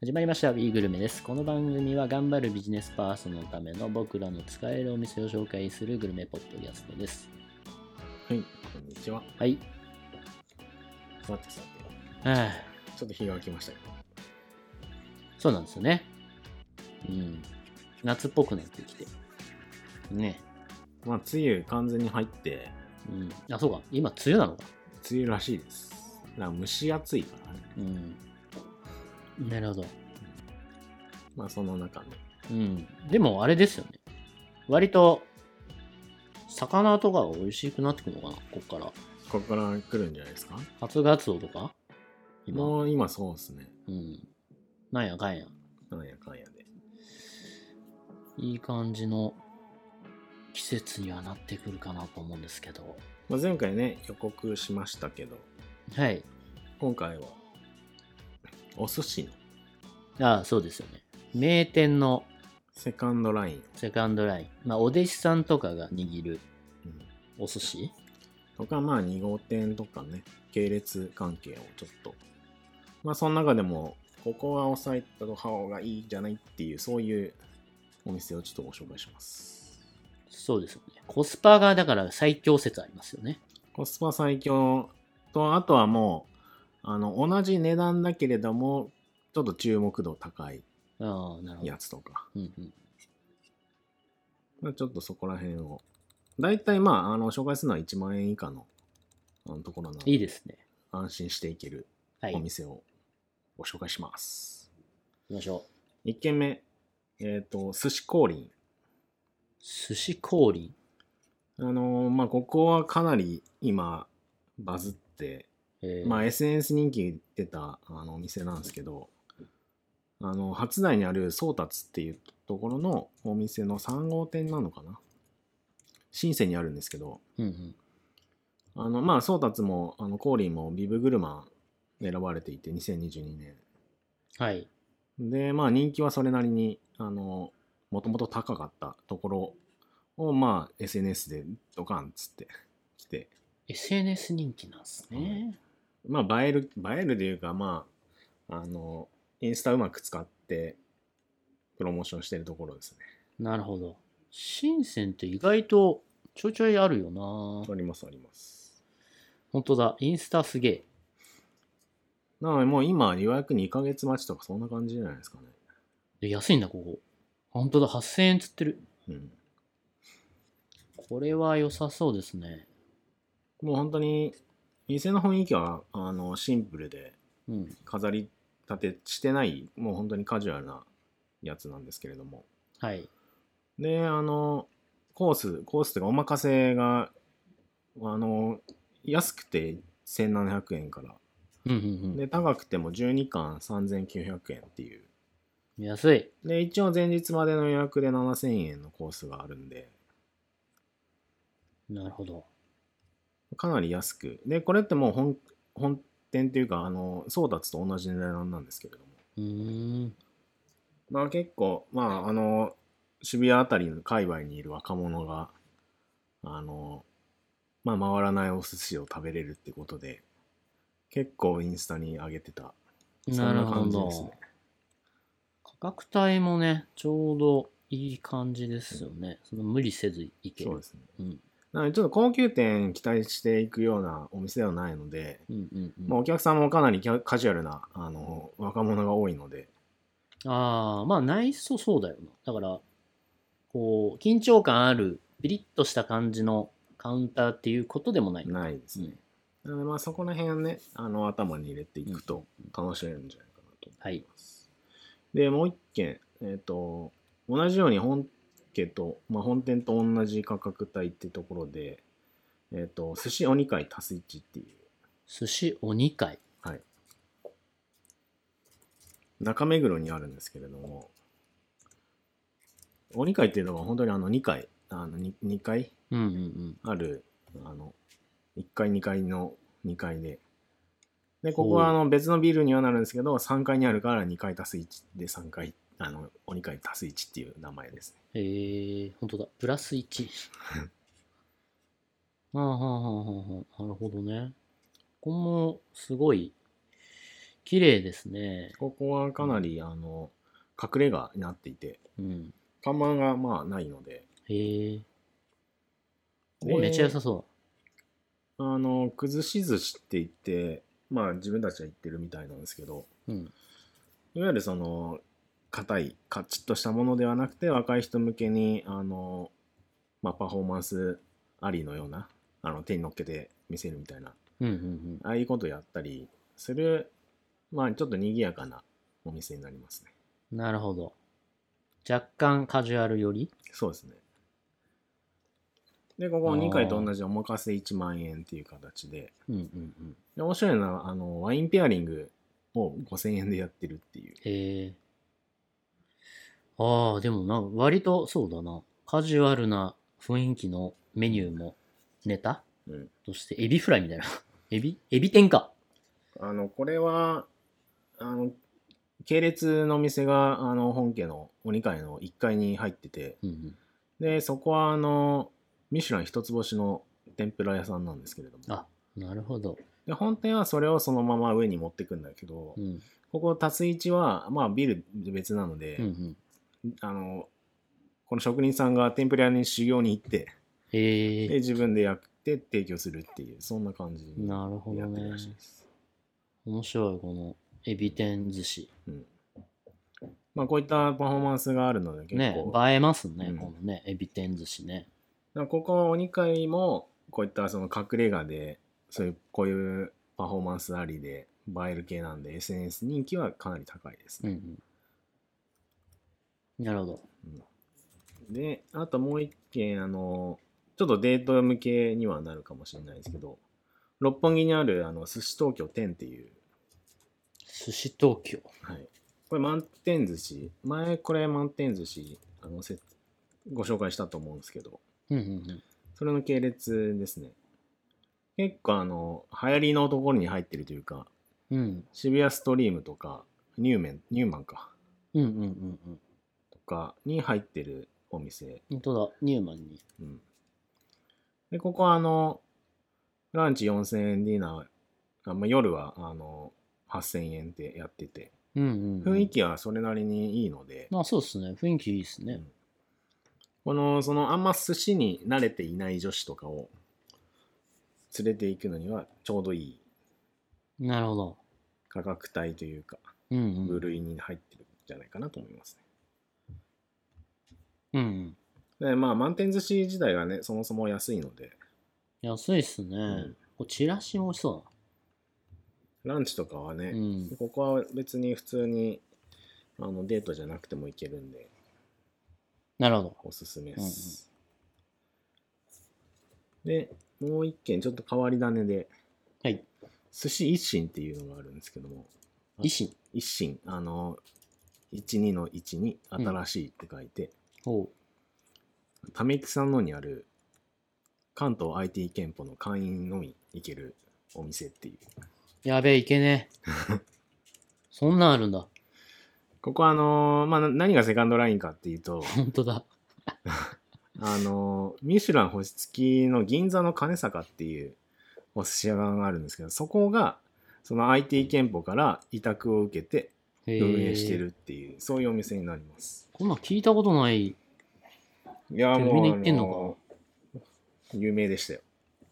始まりました B グルメです。この番組は頑張るビジネスパーソンのための僕らの使えるお店を紹介するグルメポッドキャストです。はい、こんにちは。はい。さてさはあ、て、ちょっと日が明けましたけど。そうなんですよね。うん。夏っぽくなってきて。ね。まあ、梅雨完全に入って、うん。あ、そうか。今、梅雨なのか。梅雨らしいです。なんか蒸し暑いからね。うん。なるほど。まあ、その中の。うん。でも、あれですよね。割と、魚とかが美味しくなってくるのかな、こっから。ここから来るんじゃないですか初ガツオとか今。もう今そうですね。うん。なんやかんや。なんやかんやで。いい感じの季節にはなってくるかなと思うんですけど。まあ、前回ね、予告しましたけど、はい。今回は、お寿司のああ、そうですよね。名店のセカンドライン。セカンドライン。まあ、お弟子さんとかが握るうんお寿司とか、まあ、2号店とかね、系列関係をちょっと。まあ、その中でも、ここは押さえた方がいいんじゃないっていう、そういうお店をちょっとご紹介します。そうですよね。コスパがだから最強説ありますよね。コスパ最強と、あとはもう、あの、同じ値段だけれども、ちょっと注目度高いああ、なるほどや。つとか、うんうん。まあ、ちょっとそこら辺を。大体まあ、あの、紹介するのは1万円以下の、あのところなので、いいですね。安心していけるはい。お行店をご紹介します。きましょう。 1軒目、えっ、と、寿司降臨。寿司氷。あのーまあ、ここはかなり今、バズって、えーまあ、SNS 人気出たあのお店なんですけど、あの、初台にある宗達っていうところのお店の3号店なのかな深セにあるんですけど、うんうん。あの、まあ、宗達も、あの、降臨もビブグルマン選ばれていて、2022年。はい。で、まあ人気はそれなりに、あの、もともと高かったところを、まあ SNS でドカンっつって来て、 SNS 人気なんですね。まあ映える、映えるでいうか、まあ、あの、インスタうまく使って、プロモーションしてるところですね。なるほど。深センって意外とちょいちょいあるよな。ありますあります。本当だ。インスタすげえ。なのでもう今予約2ヶ月待ちとかそんな感じじゃないですかね。で安いんだ、ここ。本当だ。8000円つってる。うん。これは良さそうですね。もう本当に、店の雰囲気は、あの、シンプルで、うん。飾り立てしてない、もう本当にカジュアルなやつなんですけれども。はい。で、あの、コース、コースというか、お任せが、あの、安くて1700円から、うんうんで、高くても12巻3900円っていう。うん。安い。で、一応前日までの予約で7000円のコースがあるんで、なるほど。かなり安く。で、これってもう本、本店っていうか、あの、ソーダツと同じ値段なんですけれども。うーん。まあ結構、まああの、渋谷あたりの界隈にいる若者が、あの、まあ回らないお寿司を食べれるってことで、結構インスタに上げてた。そなんるなほ感じでどすね。。価格帯もね、ちょうどいい感じですよね。その無理せずいける。そうですね。うんなのでちょっと高級店期待していくようなお店ではないので、うんうんうんまあ、お客さんもかなりキャカジュアルなあの若者が多いので、ああ、まあ内装そうだよな。だから、こう、緊張感ある、ピリッとした感じのカウンターっていうことでもない。ないですうね。んなのでまあそこら辺をね、あの頭に入れていくと楽しめるんじゃないかなとはい。で、もう一軒、えっ、と、同じように本家と、まあ、本店と同じ価格帯ってところで、えっ、と、寿司鬼会足す1ってい寿司鬼会。う、はい。中目黒にあるんですけれども、鬼会っていうのが本当にあの2階、あの 2, 2階うんうんうん。ある、あの、1階2階の2階で、で、ここはあの別のビルにはなるんですけど、3階にあるから2階足す1で3階、あの、鬼階足す1っていう名前ですえね。ー、本当だ。プラス1。ああ、はあはあはあはあなるほどね。ここもすごい綺麗ですね。ここはかなり、あの、隠れ家になっていて、うん。看板がまあないので、へえ。でおめっちゃ良さそあの、崩し寿司って言って、まあ自分たちは言ってるみたいなんですけど、う。うん。いわゆるその、硬い、カチッとしたものではなくて、若い人向けに、あの、まあパフォーマンスありのような、あの、手に乗っけて見せるみたいな、うんうんうん。ああいうことやったりする、まあちょっと賑やかなお店になりますね。なるほど。若干カジュアル寄りそうですね。で、ここあー2回と同じお任せ1万円っていう形で、うんうんうん。で面白いのは、あの、ワインペアリングを5000円でやってるっていう。へえ。ああ、でもなんか割とそうだな。カジュアルな雰囲気のメニューもネタうんそしてエビフライみたいな。 エビエビ天か。あの、これは、あの、系列の店が、あの、本家のお2階の1階に入ってて、うんうん。で、そこは、あの、ミシュラン一つ星の天ぷら屋さんなんですけれども、あ、なるほど。で本店はそれをそのまま上に持ってくんだけど、うん。ここ、タスイチは、まあ、ビル別なので、うんうん。あの、この職人さんが天ぷら屋に修行に行って、へえ。で、自分で焼って提供するっていう、そんな感じになるほやどってるねらしい。です。面白い、このエビ天寿司。うん。まあ、こういったパフォーマンスがあるので、結ね構、、映えますね、うんこのね、エビ天寿司ね。だからここ、お二階も、こういったその隠れ家で、そういう、こういうパフォーマンスありで、映える系なんで、SNS 人気はかなり高いですうんね。うん。なるほど。で、あともう一軒、あの、ちょっとデート向けにはなるかもしれないですけど、六本木にある、あの、寿司東京店っていう、寿司東京。はい。これ満点寿司。前これ満点寿司、あの、せご紹介したと思うんですけど、うんうんそれの系列ですね。結構あの、流行りのところに入ってるというか、うん。うん。渋谷ストリームとか、ニューメン、ニューマンか、うんうんうんうん。とかに入ってるお店。本当だ、ニューマンに。うん。で、ここはあの、ランチ4000円ディナー、あまあ、夜はあの、8000円でやってて、うんうん、雰囲。気はそれなりにいいので、まあそうですね、雰囲気いいですうねん。このそのあんま寿司に慣れていない女子とかを連れて行くのにはちょうどいいなるほど。価格帯というかうんう部ん。類に入ってるんじゃないかなと思いますうんうん。ね。でまあ満点寿司自体がねそもそも安いので、安いっすね。んこれチラシも美味しそランチとかはうねだな。う、ん。ここは別に普通にあのデートじゃなくても行けるんでなるほど。おすすめです。でもう一軒ちょっと変わり種ではい。寿司一心っていうのがあるんですけども維新。一心あの12の1に新しいって書いて、ほためきさんのにある関東 IT 憲法の会員のみ行けるお店っていうう。やべえ、いけねえ。 そんなんあるんだ。ここはあのーまあな何がセカンドラインかってい うと本当だ。あのーミシュラン星付きの銀座の金坂っていうお寿司屋があるんですけどそこがその IT 憲法から委託を受けてへ運営して。るっていう、そういうお店になりますこんなん聞いたことない。いやーけどもうみんな行ってんのかあー有名でしたよ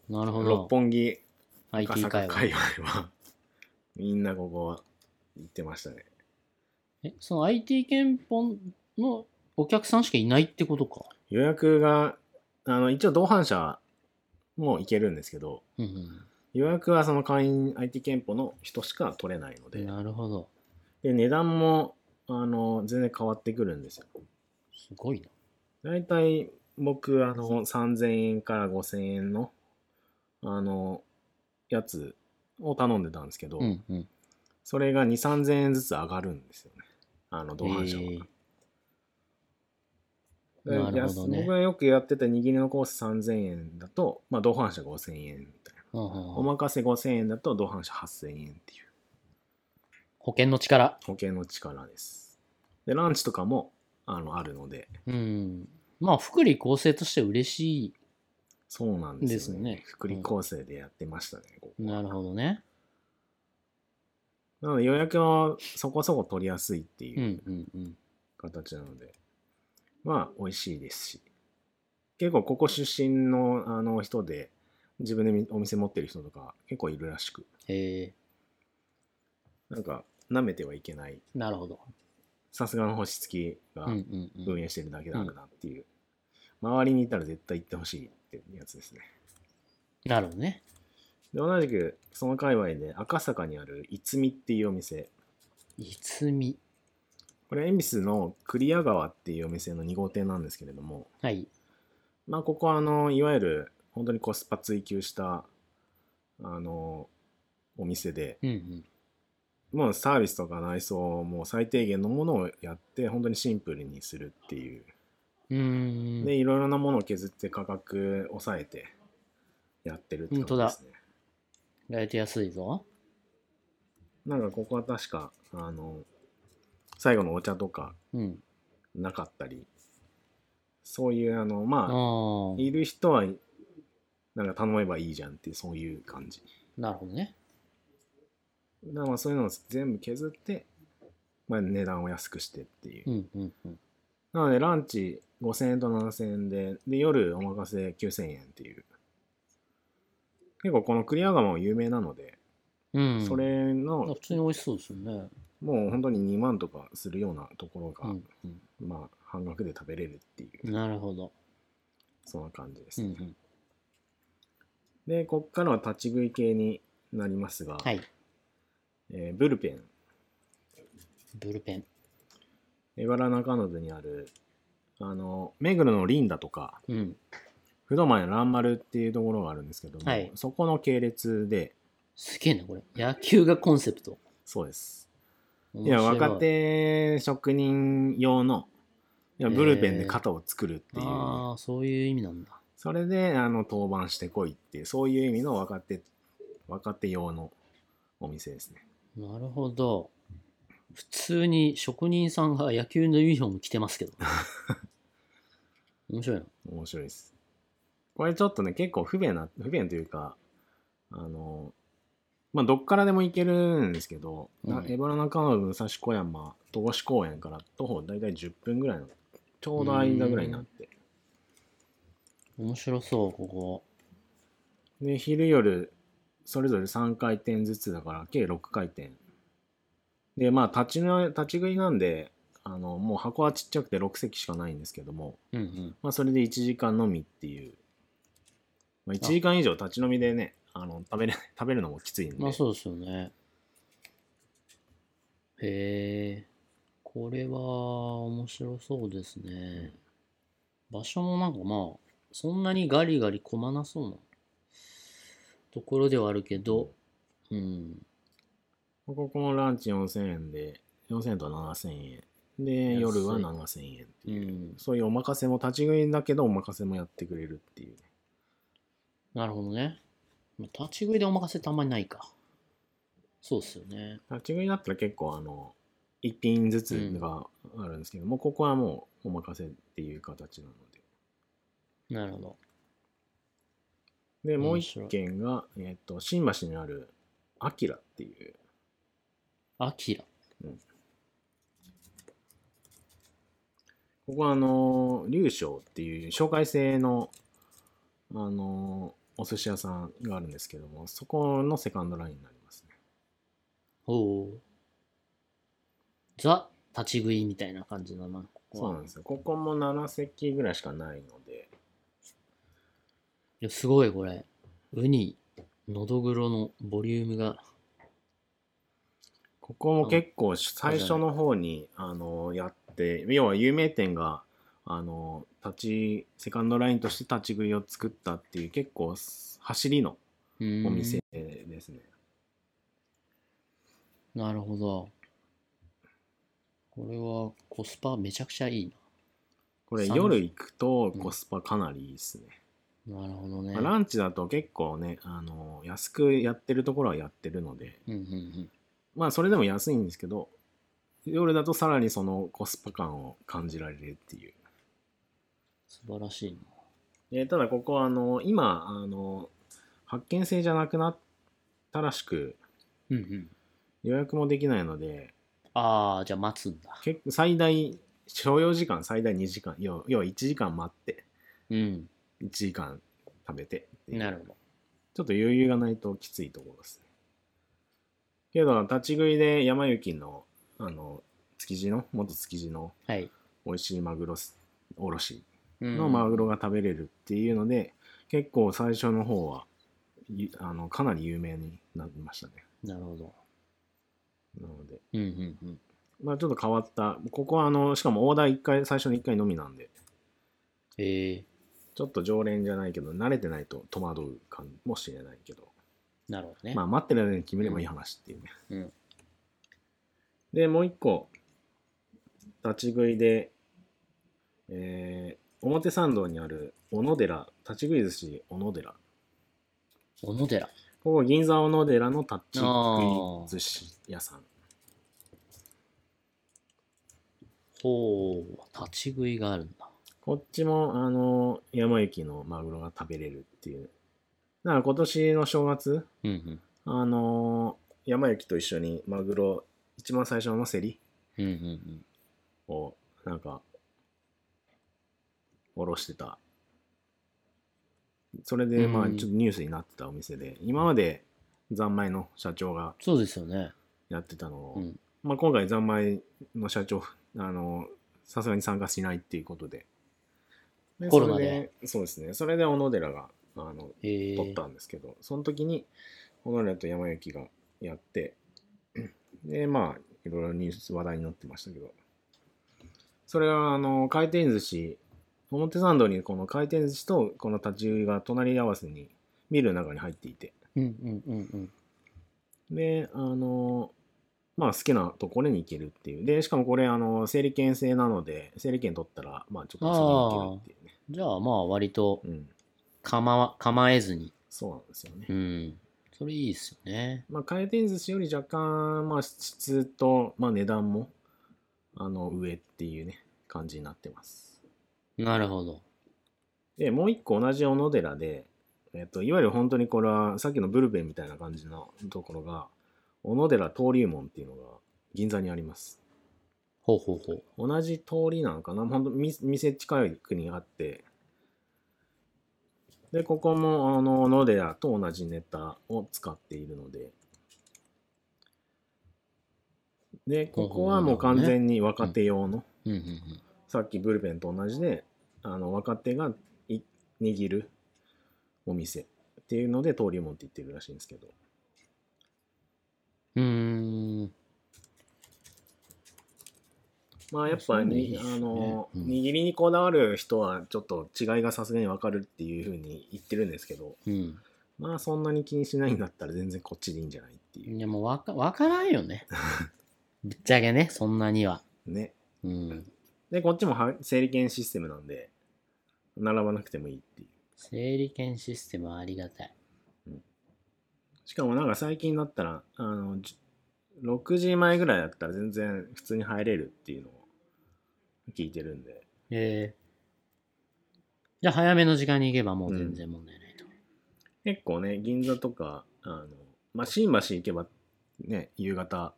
なるほ六ど。本木 IT 赤界坂隈。界隈はみんなここは行ってましたねえ、その IT 憲法のお客さんしかいないってことか。予約があの一応同伴者も行けるんですけどうん予約はその会員 IT 憲法の人しか取れないのうん。でなるほど。で値段もあの全然変わってくるんですよすごいな。だいたい僕あの3000円から5000円のあのやつを頼んでたんですけど、うんうん。それが2 3 0 0 0円ずつ上がるんですよねあの同伴者は、へえなでるほどね安僕がよくやってた握りのコース3000円だと、まあ、同伴者5000円みたいうな。んうんおうん任せ5000円だと同伴者8000円っていう保険の力。保険の力です。で、ランチとかもあのあるので、うん。まあ、福利厚生として嬉しい。そうなんですよ、ね。ですね福利厚生でやってましたね、ここなるほどね。なので予約はそこそこ取りやすいってういうんうんうん。形なので、まあ美味しいですし結構ここ出身のあの人で自分でみお店持ってる人とか結構いるらしくへえなんか舐めてはいけないなるほど。さすがの星付きがうんうんうん。運営してるだけなんだなっていう、周りにいたら絶対行ってほしいってやつですねなるほどね。で同じくその界隈で赤坂にあるいつみっていうお店いつみ。これ恵比寿の栗谷川っていうお店の2号店なんですけれどもはい。まあここはあのいわゆる本当にコスパ追求したあのお店でうんうん。もうサービスとか内装も最低限のものをやって本当にシンプルにするっていううーん。でいろいろなものを削って価格抑えてやってるって感じですねライト安いぞ。なんかここは確かあの最後のお茶とかうん。なかったりそういうあのああまあー。いる人はなんか頼めばいいじゃんっていうそういう感じなるほどね。だからまあそういうのを全部削って、まあ、値段を安くしてっていうう、んうんうん。なのでランチ5000円と7000円でで夜お任せ9000円っていう結構このクリアガマも有名なので、うん。それあの普通に美味しそうですよね。もう本当に2万とかするようなところが、うんうまあ半額で食べれるっていう、ん。なるほど。そんな感じでうす、んうん。でこっからは立ち食い系になりますが、はい。えーブルペンブルペン。江原中野にあるあの目黒のリンダとかうん。不動前の蘭丸っていうところがあるんですけども、はいそこの系列ですげえな、これ。野球がコンセプト。そうです面いや白若手職人用のいやブルペンで肩を作るっていう、ああ、そういう意味なんだ。それであの登板してこいっていうそういう意味の若手若手用のお店ですねなるほど。普通に職人さんが野球のユニフォーム着てますけど。面白いな。面白いですこれちょっとね結構不便な不便というかあのまあどっからでも行けるんですけど、なうん江原中野武蔵小山戸越公園から徒歩大体10分ぐらいのちょうど間ぐらいになって面白そう、ここ。で昼夜それぞれ3回転ずつだから計6回転でまあ立ちの立ち食いなんであのもう箱はちっちゃくて6席しかないんですけども、うんうん。まあ、それで1時間のみっていう、まあ、1時間以上立ち飲みでねあの食べれ 食べるのもきついんで、まあそうですよね。へえ。これは面白そうですね。場所もなんかまあ、そんなにガリガリ混まなそうなところではあるけど、うん。ここもランチ4000円で4000円と7000円で安い夜は7000円っうていん。う、そういうお任せも立ち食いだけどお任せもやってくれるっていうなるほどね。まあ立ち食いでお任せたまにないか。そうっすよね。立ち食いだったら結構あの一品ずつがあるんですけど、もうここはもうお任せっていう形なのでなるほど。でもう面白い一軒が、えっと新橋にあるアキラっていうアキラ。ここはあの龍翔っていう紹介制のあのお寿司屋さんがあるんですけどもそこのセカンドラインになりますねおお。ザ・立ち食いみたいな感じだな、ここそは。うなんですよここも7席ぐらいしかないのでいや、すごいこれ。ウニ、のどぐろのボリュームが。ここも結構最初の方にあのやって要は有名店があの立ちセカンドラインとして立ち食いを作ったっていう結構走りのおお店。ですねなるほど。これはコスパめちゃくちゃいいこれ寒い夜行くとコスパかなりいいですね、な。なるほどね。まあランチだと結構ねあの安くやってるところはやってるのでうんうんうん。まあそれでも安いんですけど夜だとさらにそのコスパ感を感じられるっていう素晴らしいな。えーただここはあの今あの発見制じゃなくなったらしく、うんうん。予約もできないので、ああ、じゃあ待つんだ。結構最大、所要時間最大2時間、要要は1時間待って、うん。 1時間食べてっていうなるほど。ちょっと余裕がないときついところですね。けど、立ち食いで山行の、あの、築地の、元築地のはい。美味しいマグロすおろしうんのマグロが食べれるっていうので、結構最初の方は、ゆあの、かなり有名になりましたね。なるほど。なので、うんうんうん。まあちょっと変わった。ここはあの、しかもオーダー1回、最初の1回のみなんで、ええちょっと常連じゃないけど、慣れてないと戸惑うかもしれないけど、なるほどね。まあ待ってる間に決めればいい話っていうね。うんで、もう一個、立ち食いで、えー、表参道にある小野寺、立ち食い寿司小野寺。小野寺。ここ銀座小野寺の立ち食い寿司屋さん。ほう、立ち食いがあるんだ。こっちも、あの、山行きのマグロが食べれるっていう。だから今年の正月、うんうん。あのー山行きと一緒にマグロ、一番最初のセリうんうんを、なんか、おろしてた。それで、うんまあ、ちょっとニュースになってたお店で、今まで三昧の社長がそうですよね。やってたのを、うんまあ、今回三昧の社長、あの、さすがに参加しないっていうことで。でコロナでそれそうですね。それで小野寺が、あの、ええ撮ったんですけど、その時に小野寺と山行がやってでまあいろいろニュース話題になってましたけどそれはあの回転寿司表参道にこの回転寿司とこの立ち食いが隣り合わせにビルの中に入っていてうんうんうんうん。であのまあ好きなところに行けるっていうでしかもこれあの整理券制なので整理券取ったらまあちょっと遊びに行けるっていうねじゃあまあ割とうん構わ構えずに。そうなんですよねうん。それいいですよね。まあ、回転寿司より若干、まあ、質と、まあ、値段も、あの、上っていうね、感じになってます。なるほど。で、もう一個同じ小野寺で、えっと、いわゆる本当にこれは、さっきのブルペンみたいな感じのところが、小野寺登竜門っていうのが銀座にあります。ほうほうほう。同じ通りなのかな本当み店近くにあって、で、ここも、あの、小野寺と同じネタを使っているので、で、ここはもう完全に若手用の、うんうんうん。さっきブルペンと同じで、あの、若手がい握るお店っていうので、登竜門って言ってるらしいんですけど、うーん。まあやっぱに、そうねあの、うん握りにこだわる人はちょっと違いがさすがにわかるっていうふうに言ってるんですけど、うん。まあそんなに気にしないんだったら全然こっちでいいんじゃないっていういやもうわかわからんよ ね。ぶっちゃけね、そんなには。ね。うん。で、こっちもは整理券システムなんで、並ばなくてもいいっていう。整理券システムはありがたい。しかもなんか最近だったら、あの、じ6時前ぐらいだったら全然普通に入れるっていうのを聞いてるんで、ええじゃあ早めの時間に行けばもう全然問題ないと。結構ね、銀座とか、あの、まあ新橋行けばね、夕方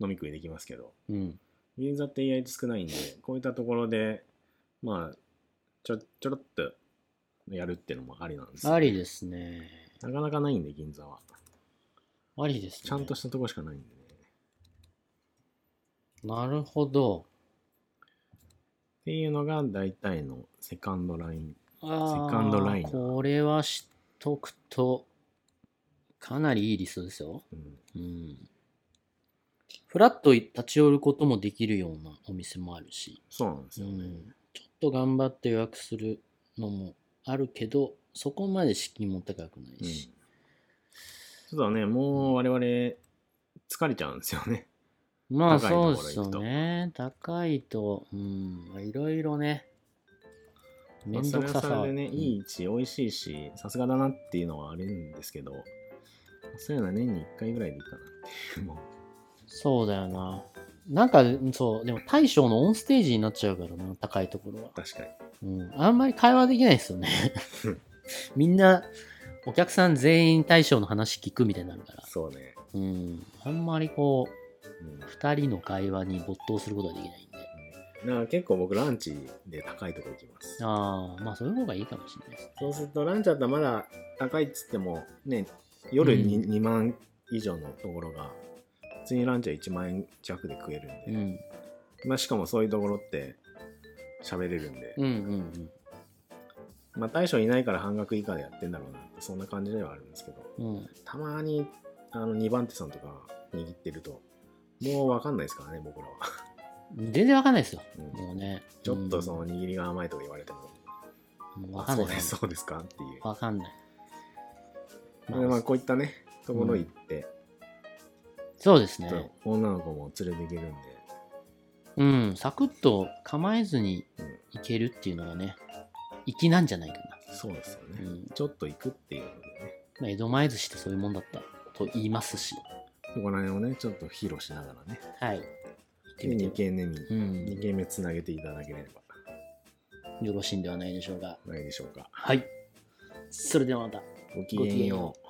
飲み食いできますけど、うん。銀座って意外と少ないんで、こういったところで、まあ、ちょ、ちょろっとやるっていうのもありなんですよありですね。なかなかないんで、銀座は。ありですね。ちゃんとしたとこしかないんでね。っなるほど。ていうのが大体のセカンドライン。セカセカンドライナーこれは知っとくと、かなりいいリストですよ。うん、うん。フラッと立ち寄ることもできるようなお店もあるし、そうなんですうよね。ん、ちょっと頑張って予約するのもあるけど、そこまで敷金も高くなういんし。ちょっとね、もう我々疲れちゃうんですよね。まあ高いとこそうろですよね。高いと、うん、まあいろいろね、 めんどくささそれはそはれでね、うんいい位置、美味しいし、さすがだなっていうのはあるんですけど、そういうのは年に1回ぐらいでいいかなっていう。もそうだよな。なんか、そう、でも大将のオンステージになっちゃうからな、高いところはう。確かに。うん。あんまり会話できないです よね。みんな、お客さん全員大将の話聞くみたいになるから。そうね。うん、あんまりこうんう、二人の会話に没頭することはできないんで。だから結構僕ランチで高いとこ行きますああ、まあそういう方がいいかもしれないですね。そうするとランチだったらまだ高いっつってもね夜にう2万以上のところが普通にランチは1万円弱で食えるんで、うん。まあ、しかもそういうところって喋れるんで、うんうんまあ大将いないから半額以下でやってんだろうなってそんな感じではあるんですけどうん。うん。たまにあの2番手さんとか握ってるともう分かんないですからね僕らは、全然わかんないですよ。うんもうね。ちょっとそその握りが甘いとか言われても、うん。あわかんない。そうですそうですかっていうわかんない。でまあ、こういったねところ行って、そうですちょっね。と女の子も連れていけるんでうん、サクッと構えずにうんいけるっていうのがね、粋なんじゃないかそうですよねな。、うん。ちょっと行くっていうのでねまあ、江戸前寿司ってそういうもんだったと言いますし。ここら辺をねちょっと披露しながらねはい。行ってみ2て軒目にうん、 2軒目つなげていただけれよろしいんではないでしょうか。ばないでしょうかはい。それではまた。ごきげんよう